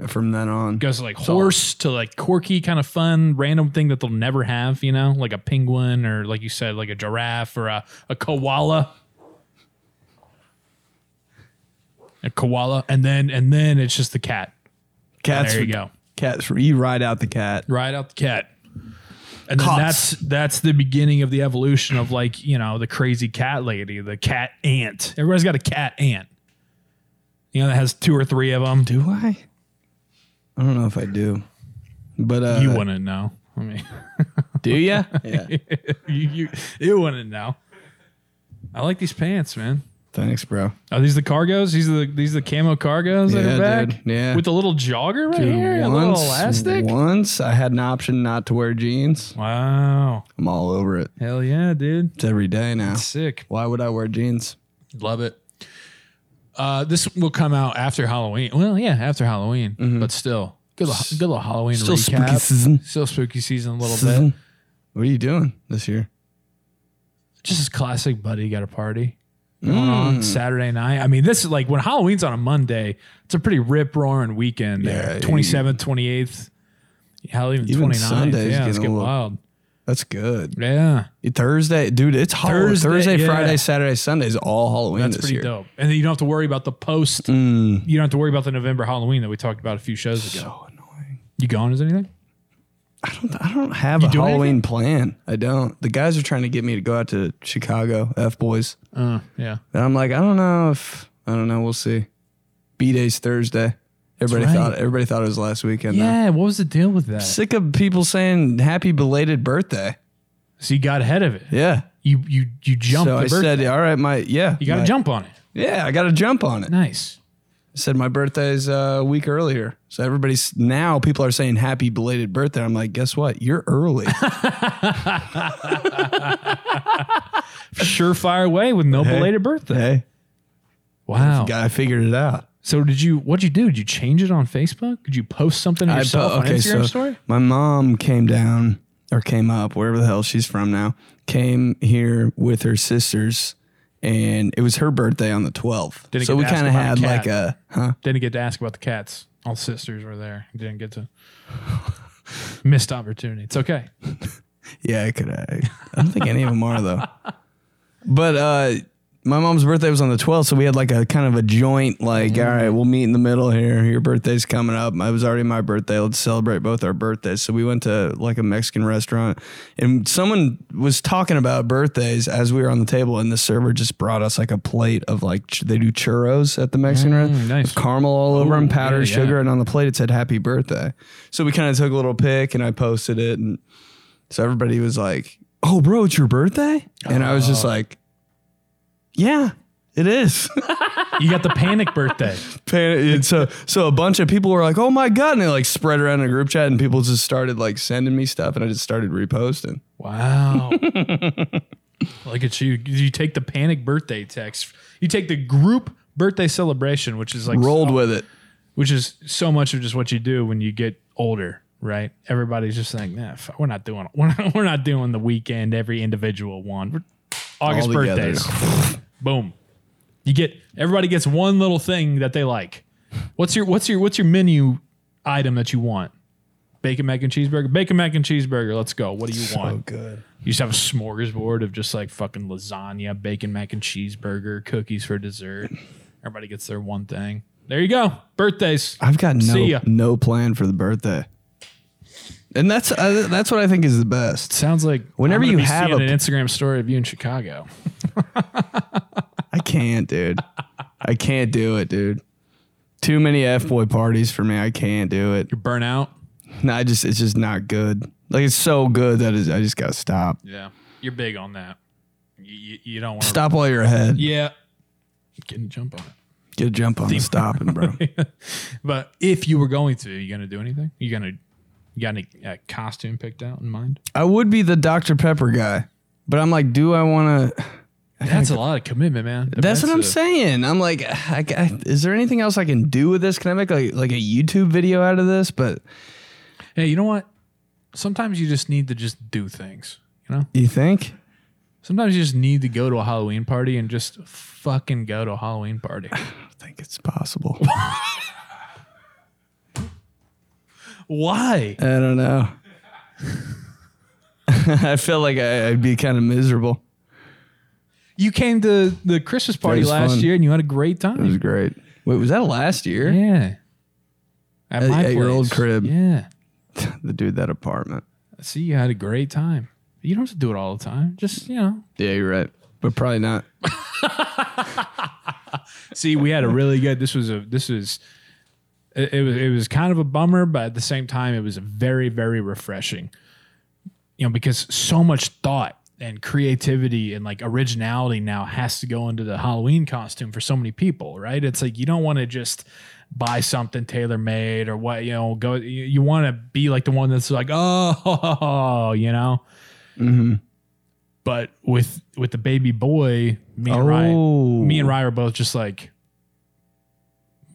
From then on,
Goes to like horse to like quirky, kind of fun, random thing that they'll never have, you know, like a penguin or like you said, like a giraffe or a, a koala. A koala. And then and then it's just the cat.
cats.
There you
for-
go.
Cats. for- You ride out the cat.
Ride out the cat. And then
Cots.
that's that's the beginning of the evolution of like, you know, the crazy cat lady, the cat aunt. Everybody's got a cat aunt. You know, that has two or three of them.
Do I? I don't know if I do. But uh,
You wouldn't know. I mean,
do ya? yeah.
you, you you wouldn't know. I like these pants, man.
Thanks, bro.
Are these the cargos? These are the these are the camo cargos that
Yeah,
are back.
dude. Yeah.
with the little jogger right here, a little elastic.
once I had an option not to wear jeans.
Wow,
I'm all over it.
hell yeah, dude!
It's every day now.
Sick.
Why would I wear jeans?
Love it. Uh, this will come out after Halloween. Well, yeah, after Halloween, but still, good little, good little Halloween
Mm-hmm. Still
recap.
spooky season.
Still spooky season a little bit.
What are you doing this year?
Just classic buddy got a party
Mm.
going on Saturday night. I mean, this is like when Halloween's on a Monday. It's a pretty rip roaring weekend.
Yeah,
there. twenty seventh, twenty eighth, hell even
Even
29th.
Sunday's
yeah, it's
getting a
getting
little-
wild.
That's good.
Yeah,
Thursday, dude. It's Thursday,
Thursday,
Thursday
yeah.
Friday, Saturday, Sunday's all Halloween
that's
this
pretty
year. Mm.
dope. And then you don't have to worry about the post. You don't have to worry about the November Halloween that we talked about a few shows ago.
So annoying.
You going? Is anything?
I don't. I don't have a
doing
Halloween plan. I don't. The guys are trying to get me to go out to Chicago, F boys,
Uh, yeah.
and I'm like, I don't know if I don't know. We'll see. B day's Thursday. Everybody
right.
thought. Everybody thought it was last weekend. though.
Yeah, what was the deal with that?
Sick of people saying happy belated birthday.
So you got ahead of it.
Yeah.
You you you jumped
so
the
I
birthday.
said, uh, all right, my yeah.
you got to
my-
jump on it.
Yeah, I got to jump on it.
Nice.
said my birthday's uh, a week earlier. So everybody's now people are saying happy belated birthday. I'm like, guess what? You're early.
Surefire way with no belated birthday.
hey,
Wow.
I figured it out.
So did you? What'd you do? Did you change it on Facebook? Did you post something
I
yourself
po-
on Instagram
so
story?
My mom came down or came up, wherever the hell she's from now, came here with her sisters, and it was her birthday on the 12th.
Didn't
so
get
we
to ask
kind of
about
had
the
like a,
cat.
huh?
Didn't get to ask about the cats. All sisters were there. Didn't get to. Missed opportunity. It's okay.
Yeah, I could. I, I don't think any of them are though. But uh, my mom's birthday was on the 12th, so we had like a kind of a joint, like, all right, we'll meet in the middle here. Your birthday's coming up. It was already my birthday. Let's celebrate both our birthdays. So we went to like a Mexican restaurant, and someone was talking about birthdays as we were on the table, and the server just brought us like a plate of like ch- they do churros at the Mexican restaurant,
nice.
with caramel all over them,
Ooh,
powdered
yeah, yeah.
sugar, and on the plate it said "Happy Birthday." So we kind of took a little pic, and I posted it, and so everybody was like, "Oh, bro, it's your birthday," and I was just
Oh.
like, "Yeah, it is."
You got the panic birthday.
Pan- and so, so a bunch of people were like, "Oh my god!" and it like spread around in a group chat, and people just started like sending me stuff, and I just started reposting.
Wow. Look at you. You take the panic birthday text. You take the group birthday celebration, which is like
Rolled
so-
with it.
which is so much of just what you do when you get older, right? Everybody's just saying, nah, fuck, we're not doing we're not, we're not doing the weekend every individual one. We're August
All together.
birthdays. Boom. You get everybody gets one little thing that they like. What's your what's your what's your menu item that you want? Bacon mac and cheeseburger. Bacon mac and cheeseburger. Let's go. What do you want?
good.
You just have a smorgasbord of just like fucking lasagna, bacon, mac and cheeseburger, cookies for dessert. Everybody gets their one thing. There you go. Birthdays.
I've got
See
no
ya.
no plan for the birthday, and that's uh, that's what I think is the best.
Sounds like
Whenever
I'm gonna
you
be
have
seeing
a-
an Instagram story of you in Chicago.
I can't, dude. I can't do it, dude. Too many f boy parties for me. I can't do it.
You're burnt out.
No, I just it's just not good. Like it's so good that it's, I just gotta stop.
Yeah. You're big on that. You, you, you don't want to.
Stop while you're ahead.
Yeah. Getting a jump on it.
Get a jump on the stopping, bro.
But if you were going to, you going to do anything? You going to, you got any uh, costume picked out in mind?
I would be the Dr Pepper guy, but I'm like, do I want to?
That's a lot of commitment, man.
That's what I'm
a-
saying. I'm like, I, I- is there anything else I can do with this? Can I make like like a YouTube video out of this? But
Hey, you know what? Sometimes you just need to just do things, you know?
you think?
Sometimes you just need to go to a Halloween party and just fucking go to a Halloween party.
I think it's possible.
Why?
I don't know. I feel like I, I'd be kind of miserable.
You came to the Christmas party
was
last
fun.
year and you had a great
It was
time.
great. Wait, was that last year?
Yeah. At,
At- at your old crib.
Yeah.
The dude that apartment.
See, you had a great time. You don't have to do it all the time. Just, you know.
Yeah, you're right. But probably not.
See, we had a really good. This was a. This was. It, it was. It was kind of a bummer, but at the same time, it was very, very refreshing. You know, because so much thought and creativity and like originality now has to go into the Halloween costume for so many people, right? It's like you don't want to just buy something tailor made or what you know. Go. You, you want to be like the one that's like, oh, you know.
Mm-hmm.
But with with the baby boy, me and Ryan,
Oh.
me and Ryan are both just like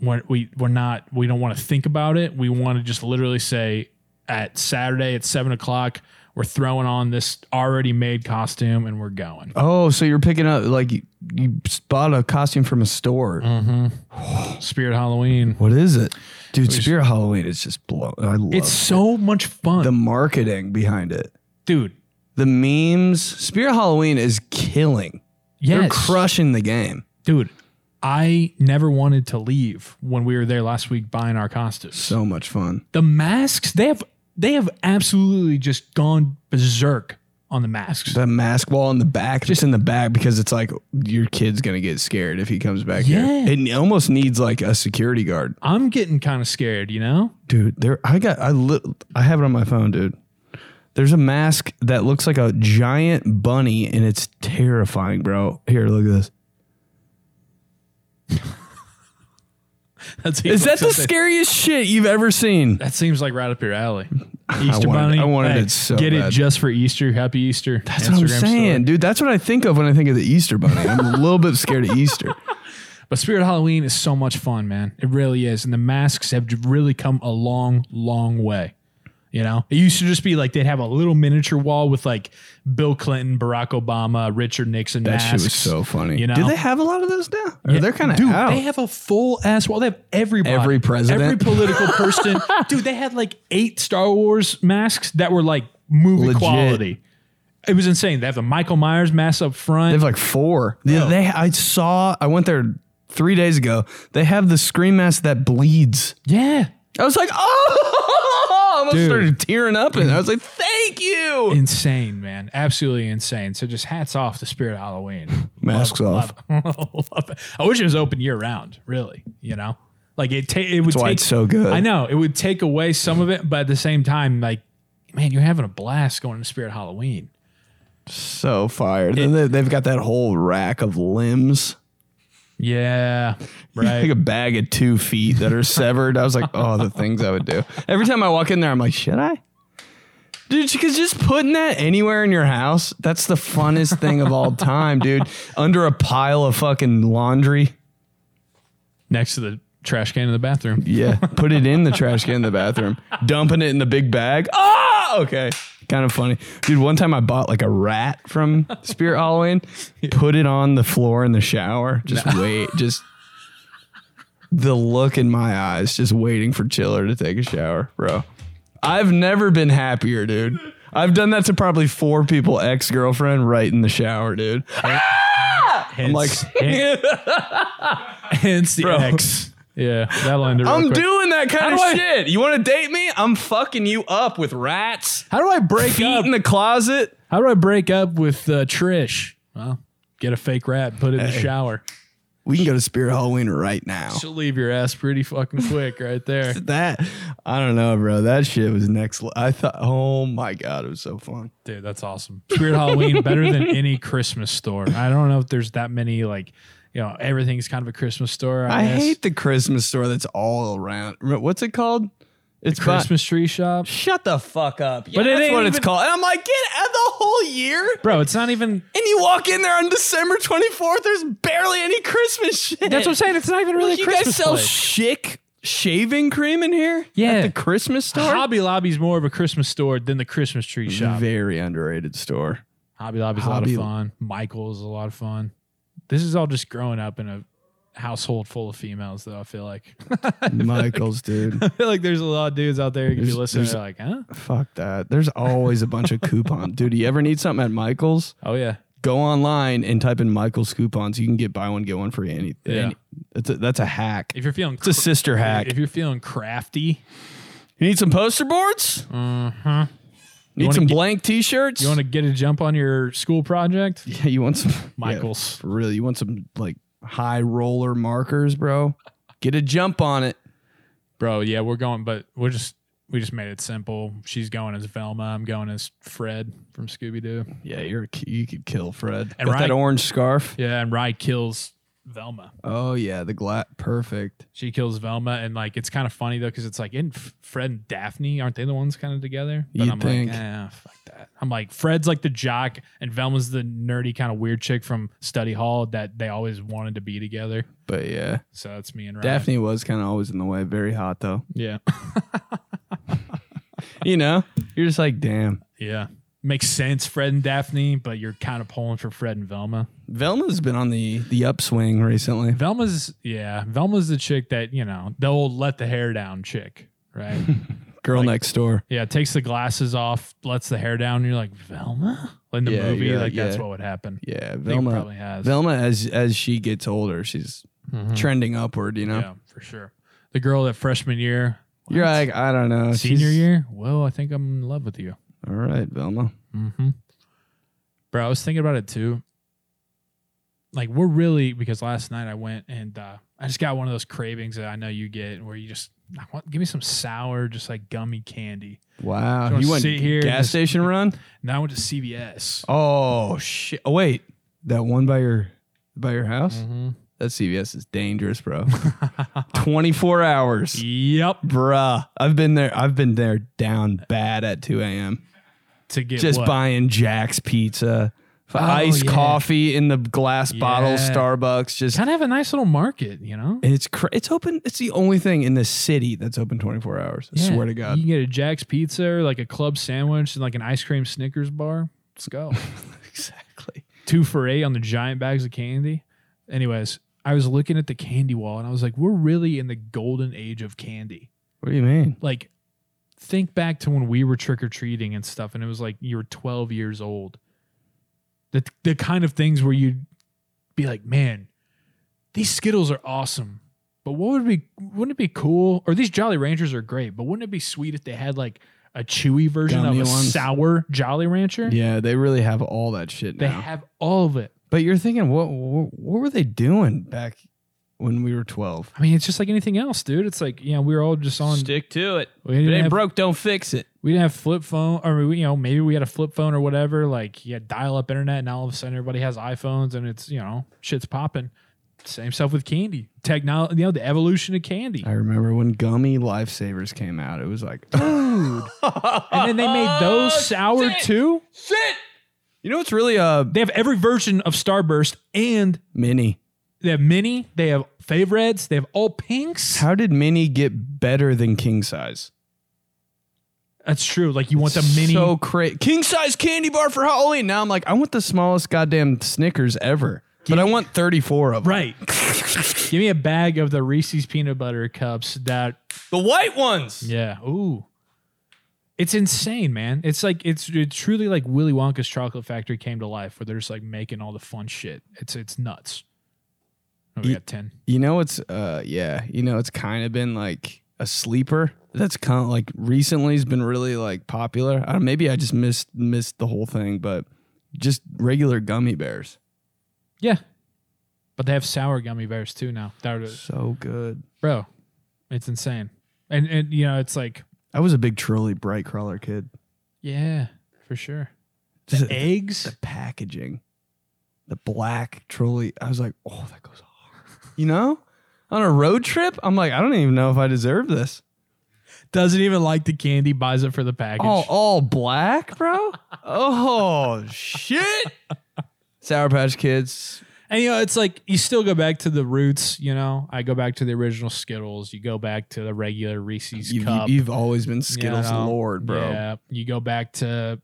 we're, we we're not we don't want to think about it. We want to just literally say at Saturday at seven o'clock we're throwing on this already made costume and we're going.
Oh, so you're picking up like you, you bought a costume from a store.
Mm-hmm.
Mm-hmm.
Spirit Halloween.
What is it, dude? Spirit Halloween is just blow. I love
It's so much fun,
the marketing behind it.
dude.
The memes. Spirit Halloween is killing. They're
Yes,
crushing the game.
dude. I never wanted to leave when we were there last week buying our costumes.
So much fun.
the masks they have they have absolutely just gone berserk on the masks.
The mask wall in the back, just in the back, because it's like your kid's gonna get scared if he comes back
Yeah.
here. It almost needs like a security guard.
I'm getting kind of scared, you know.
dude there i got i li- i have it on my phone dude there's a mask that looks like a giant bunny and it's terrifying bro here look at this
That's
is that the
scary?
scariest shit you've ever seen
That seems like right up your alley. Easter
wanted-
Bunny.
I wanted it so
Get it
bad.
just for Easter. Happy Easter.
that's what i'm saying dude that's what i think of when i think of the easter bunny i'm a little bit scared of easter
But Spirit Halloween is so much fun, man. It really is. And the masks have really come a long, long way. You know, it used to just be like they'd have a little miniature wall with like Bill Clinton, Barack Obama, Richard Nixon.
That
masks.
shit was so funny.
You know,
do they have a lot of those now? Or they're kind of
Dude,
out.
they have a full ass wall. They have everybody,
Oh. Every president.
every political person. Dude, they had like eight Star Wars masks that were like movie
Legit.
quality. It was insane. They have the Michael Myers mask up
They
front.
have like four. They, they- I saw. I went there three days ago. They have the scream mask that bleeds.
yeah,
I was like, oh! I almost
Dude.
started tearing up, and I was like, thank you.
insane, man. Absolutely insane. So just hats off to Spirit Halloween.
Masks off.
Love it. I wish it was open year round. Really, you know, like it. Ta- it would
why
take
it's so good.
I know it would take away some of it, but at the same time, like, man, you're having a blast going to Spirit Halloween.
So fired. Then they, they've got that whole rack of limbs,
Yeah,
like
right.
a bag of two feet that are severed. I was like, oh, the things I would do. Every time I walk in there, I'm like, should I? Dude, because just putting that anywhere in your house, that's the funnest thing of all time, dude. Under a pile of fucking laundry.
Next to the trash can in the bathroom.
Yeah. Put it in the trash can in the bathroom, dumping it in the big bag. Oh, okay. Kind of funny. Dude, one time I bought like a rat from Spirit Halloween, put it on the floor in the shower. Just wait. Just the look in my eyes, just waiting for Chiller to take a shower, bro. I've never been happier, dude. I've done that to probably four people, ex girlfriend, right in the shower, dude.
I'm
like-
hence the
Bro.
X. Yeah, that line. to real
I'm
quick.
doing that kind of
do I-
shit. You want to date me? I'm fucking you up with rats.
How do I break
feet
up?
in the closet.
How do I break up with uh, Trish? Well, get a fake rat, put it in the shower.
We can go to Spirit Halloween right now.
She'll leave your ass pretty fucking quick right there.
That I don't know, bro. That shit was next. le- I thought, oh my god, it was so fun.
Dude, that's awesome. Spirit Halloween better than any Christmas store. I don't know if there's that many like, you know, everything's kind of a Christmas store. I,
I
guess.
hate the Christmas store that's all around. Re- What's it called? It's by-
Christmas tree shop.
Shut the fuck up. Yeah,
But it
that's
ain't
what it's
even-
called. And I'm like, get out the whole year.
Bro, it's not even
And you walk in there on December 24th. There's barely any Christmas shit.
That's what I'm saying. It's not even really
you
a Christmas
guys sell
place.
chic shaving cream in here?
Yeah.
At the Christmas store?
Hobby Lobby's more of a Christmas store than the Christmas tree shop.
Very underrated store.
Hobby Lobby's
Hobby-
a lot of fun. Michael's a lot of fun. This is all just growing up in a household full of females, though. I feel like
Michael's, dude.
I feel like there's a lot of dudes out there who could be
There's-
listening.
there's-
They're like, huh?
Fuck that. There's always a bunch of coupons. Dude, you ever need something at Michael's?
Oh yeah,
Go online and type in Michael's coupons. You can get buy one, get one free any.
Yeah.
any- that's, a, that's a hack.
if you're feeling
It's a sister hack.
if you're feeling crafty,
You need some poster boards?
uh-huh.
Need
wanna
some
get-
blank t shirts?
you want to get a jump on your school project,
Yeah, you want some
Michaels.
Yeah, really, you want some like high roller markers, bro? Get a jump on it.
bro. Yeah, we're going, but we're just we just made it simple. She's going as Velma. I'm going as Fred from Scooby Doo.
Yeah, you're a ki- you could kill Fred.
And
Got that
Ryan-
orange scarf.
Yeah, and Rye kills Velma.
Oh yeah, the gla perfect.
She kills Velma, and like it's kind of funny though because it's like in Fred and Daphne aren't they the ones kind of together? But
You'd
I'm
think.
like, eh, fuck that. I'm like Fred's like the jock, and Velma's the nerdy kind of weird chick from study hall that they always wanted to be together.
But yeah,
So that's me and Rye.
Daphne was kind of always in the way. Very hot though.
Yeah,
You know, you're just like, damn.
yeah, makes sense. Fred and Daphne, but you're kind of pulling for Fred and Velma.
Velma's been on the the upswing recently.
Velma's yeah, Velma's the chick that you know the old let the hair down chick, right?
Girl
Like-
next door.
yeah, takes the glasses off, lets the hair down. And you're like Velma Like in the
Yeah,
movie,
you're
like
like,
that's
yeah.
what would happen.
Yeah,
I think it
Velma.
probably has.
Velma, as as she gets older, she's
Mhm.
trending upward. You know,
Yeah, for sure. The girl that freshman year,
you're
what?
like, I don't know,
senior
she's-
year. Well, I think I'm in love with you,
All right, Velma.
mm-hmm. bro. I was thinking about it too. Like we're really because last night I went and uh, I just got one of those cravings that I know you get where you just I want give me some sour, just like gummy candy.
Wow,
Just wanna
you went
sit here and
gas
just-
station run.
Now I went to CVS.
Oh shit! Oh, wait, that one by your by your house.
Mhm.
That CVS is dangerous, bro. Twenty four hours,
Yep.
bruh. I've been there. I've been there down bad at two a.m.
To get
Just
what? Oh,
buying Jack's pizza, iced
yeah.
coffee in the glass bottle,
Yeah.
Starbucks. Just
Kind of have a nice little market, you know?
it's cra- it's open. It's the only thing in the city that's open 24 hours. I
Yeah.
swear to God.
You can get a Jack's pizza or like a club sandwich and like an ice cream Snickers bar. Let's go.
Exactly.
Two for eight on the giant bags of candy. Anyways, I was looking at the candy wall and I was like, we're really in the golden age of candy.
What do you mean?
Like, think back to when we were trick or treating and stuff, and it was like you were 12 years old. The, the kind of things where you'd be like, man, these Skittles are awesome. But what would be wouldn't it be cool? Or these Jolly Ranchers are great, but wouldn't it be sweet if they had like a chewy version
Gummy
of a
ones.
sour Jolly Rancher?
Yeah, they really have all that shit
They
now.
have all of it.
but you're thinking, what, what what were they doing back when we were 12?
I mean, it's just like anything else, dude. It's like, you know, we were all just on
Stick to it.
we didn't have-
broke, don't fix it.
we didn't have flip phone or we, you know maybe we had a flip phone or whatever like you had dial up internet and all of a sudden everybody has iphones and it's you know shit's popping same stuff with candy technology you know the evolution of candy
I remember when gummy lifesavers came out. It was like,
and then they made those sour too
you know what's really uh
they have every version of starburst and
mini?
they have mini they have favorites they have all pinks
How did mini get better than king size?
that's true like you want the mini
So crazy. King size candy bar for Halloween. Now I'm like, I want the smallest goddamn Snickers ever, but I want 34 of them.
right give me a bag of the reese's peanut butter cups that
The white ones.
Yeah. Ooh. It's insane, man. It's like it's, it's truly like Willy Wonka's Chocolate Factory came to life, where they're just like making all the fun shit. It's it's nuts. Oh, we
Ye-
got ten.
You know it's uh yeah, you know it's kind of been like a sleeper. That's kind of like recently has been really like popular. I don't, maybe I just missed missed the whole thing, but just regular gummy bears.
Yeah, but they have sour gummy bears too now. They're-
So good.
bro, it's insane. And and you know it's like
I was a big Trolley bright crawler kid.
yeah, for sure.
Just
The
the,
eggs.
packaging. The black trolley. I was like, "Oh, that goes hard." You know? On a road trip, I'm like, I don't even know if I deserve this.
Doesn't even like the candy. Buys it for the package.
All all black, bro? oh shit. Sour Patch Kids.
And you know, it's like you still go back to the roots. You know, I go back to the original Skittles. You go back to the regular Reese's
You've,
cup.
you've always been
you
Skittles
know?
Lord, bro.
Yeah, you go back to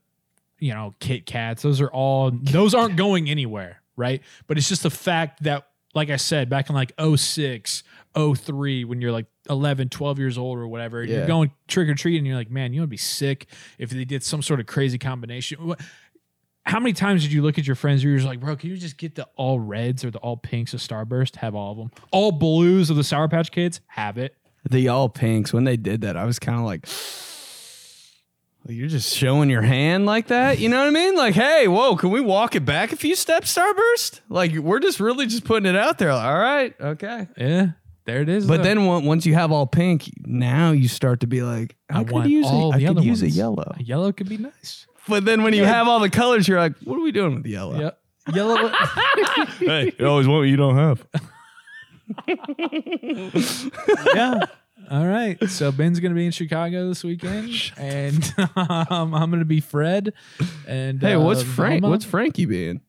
you know Kit Kats. Those are all those aren't going anywhere, right? But it's just the fact that, like I said, back in like 06, 03, when you're like 11, 12 years old or whatever, and
Yeah.
you're going trick or treating, and you're like, man, you would be sick if they did some sort of crazy combination. What- How many times did you look at your friends? You're just like, bro, can you just get the all reds or the all pinks of Starburst? Have all of them. All blues of the Sour Patch Kids? Have it.
The all pinks. When they did that, I was kind of like, "Well, you're just showing your hand like that. You know what I mean? Like, hey, whoa, can we walk it back a few steps, Starburst? Like, we're just really just putting it out there. Like, all right, okay.
Yeah, there it is.
But
though.
then on- once you have all pink, now you start to be like, I,
I
could
want
use a,
all
I
the
could
other
use a
ones.
yellow.
A yellow could be nice.
But then when you have all the colors, you're like, what are we doing with yellow?
Yeah. Yellow.
Hey, you always want what you don't have.
yeah. All right. So Ben's going to be in Chicago this weekend, and um, I'm going to be Fred. And
Hey, what's
uh,
Frank?
Velma.
What's Frankie being?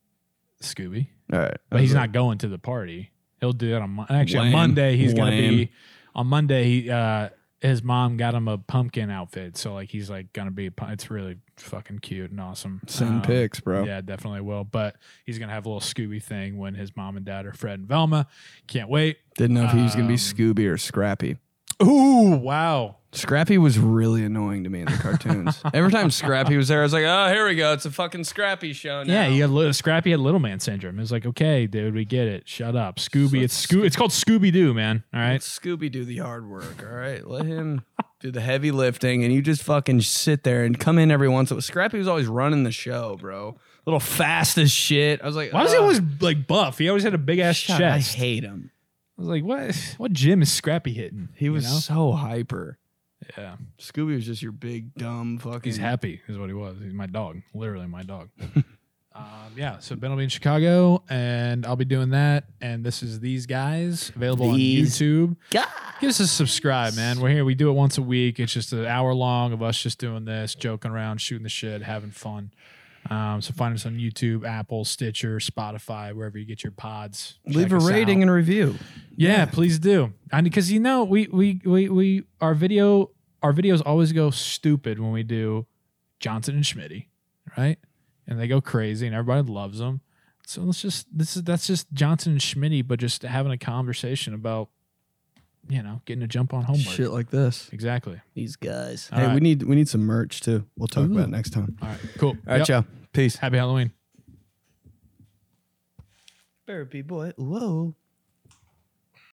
Scooby?
All right,
But he's not going to the party. He'll do that on Mon- actually
Lame.
on Monday. He's going to
Lame.
be on Monday. He, uh, his mom got him a pumpkin outfit, so like he's like going to be. a pu- It's really fucking cute and awesome.
Send
Um,
pics, bro.
Yeah, definitely will. But he's gonna have a little Scooby thing when his mom and dad are Fred and Velma. Can't wait.
Didn't know if he was gonna be
Um,
Scooby or Scrappy.
Ooh, wow.
Scrappy was really annoying to me in the cartoons. Every time Scrappy was there, I was like, "Oh, here we go! It's a fucking Scrappy show now."
Yeah, he had little, Scrappy had little man syndrome. It was like, okay, dude, we get it. Shut up, Scooby. it's Scoo- It's called Scooby Doo, man. All right.
Let Scooby do the hard work. All right, let him do the heavy lifting, and you just fucking sit there and come in every once. in a while. Scrappy was always running the show, bro. Little fast as shit. I was like,
Why was he
"Ah,
always like buff? He always had a big ass
shut
chest.
up.
I,
I hate him.
was like, what? What gym is Scrappy hitting?
He
You
was
know?
so hyper.
Yeah,
Scooby was just your big dumb fucking.
he's happy. Is what he was. He's my dog. Literally my dog. um, yeah. So Ben will be in Chicago, and I'll be doing that. And this is these guys available
These
on YouTube.
God.
Give us a subscribe, man. We're here. We do it once a week. It's just an hour long of us just doing this, joking around, shooting the shit, having fun. Um, so find us on YouTube, Apple, Stitcher, Spotify, wherever you get your pods.
Leave
Check
a
us
rating
out.
and review.
yeah, please do. And because you know we we we we our video our videos always go stupid when we do Johnson and Schmitty, right? And they go crazy, and everybody loves them. So let's just this is that's just Johnson and Schmitty, but just having a conversation about you know getting a jump on homework.
Shit like this.
Exactly.
These guys.
hey,
All
we
right.
need we need some merch too. We'll talk
Ooh.
about it next time.
All right. Cool.
All right,
Yep.
y'all. Peace.
Happy Halloween.
Therapy boy. Whoa.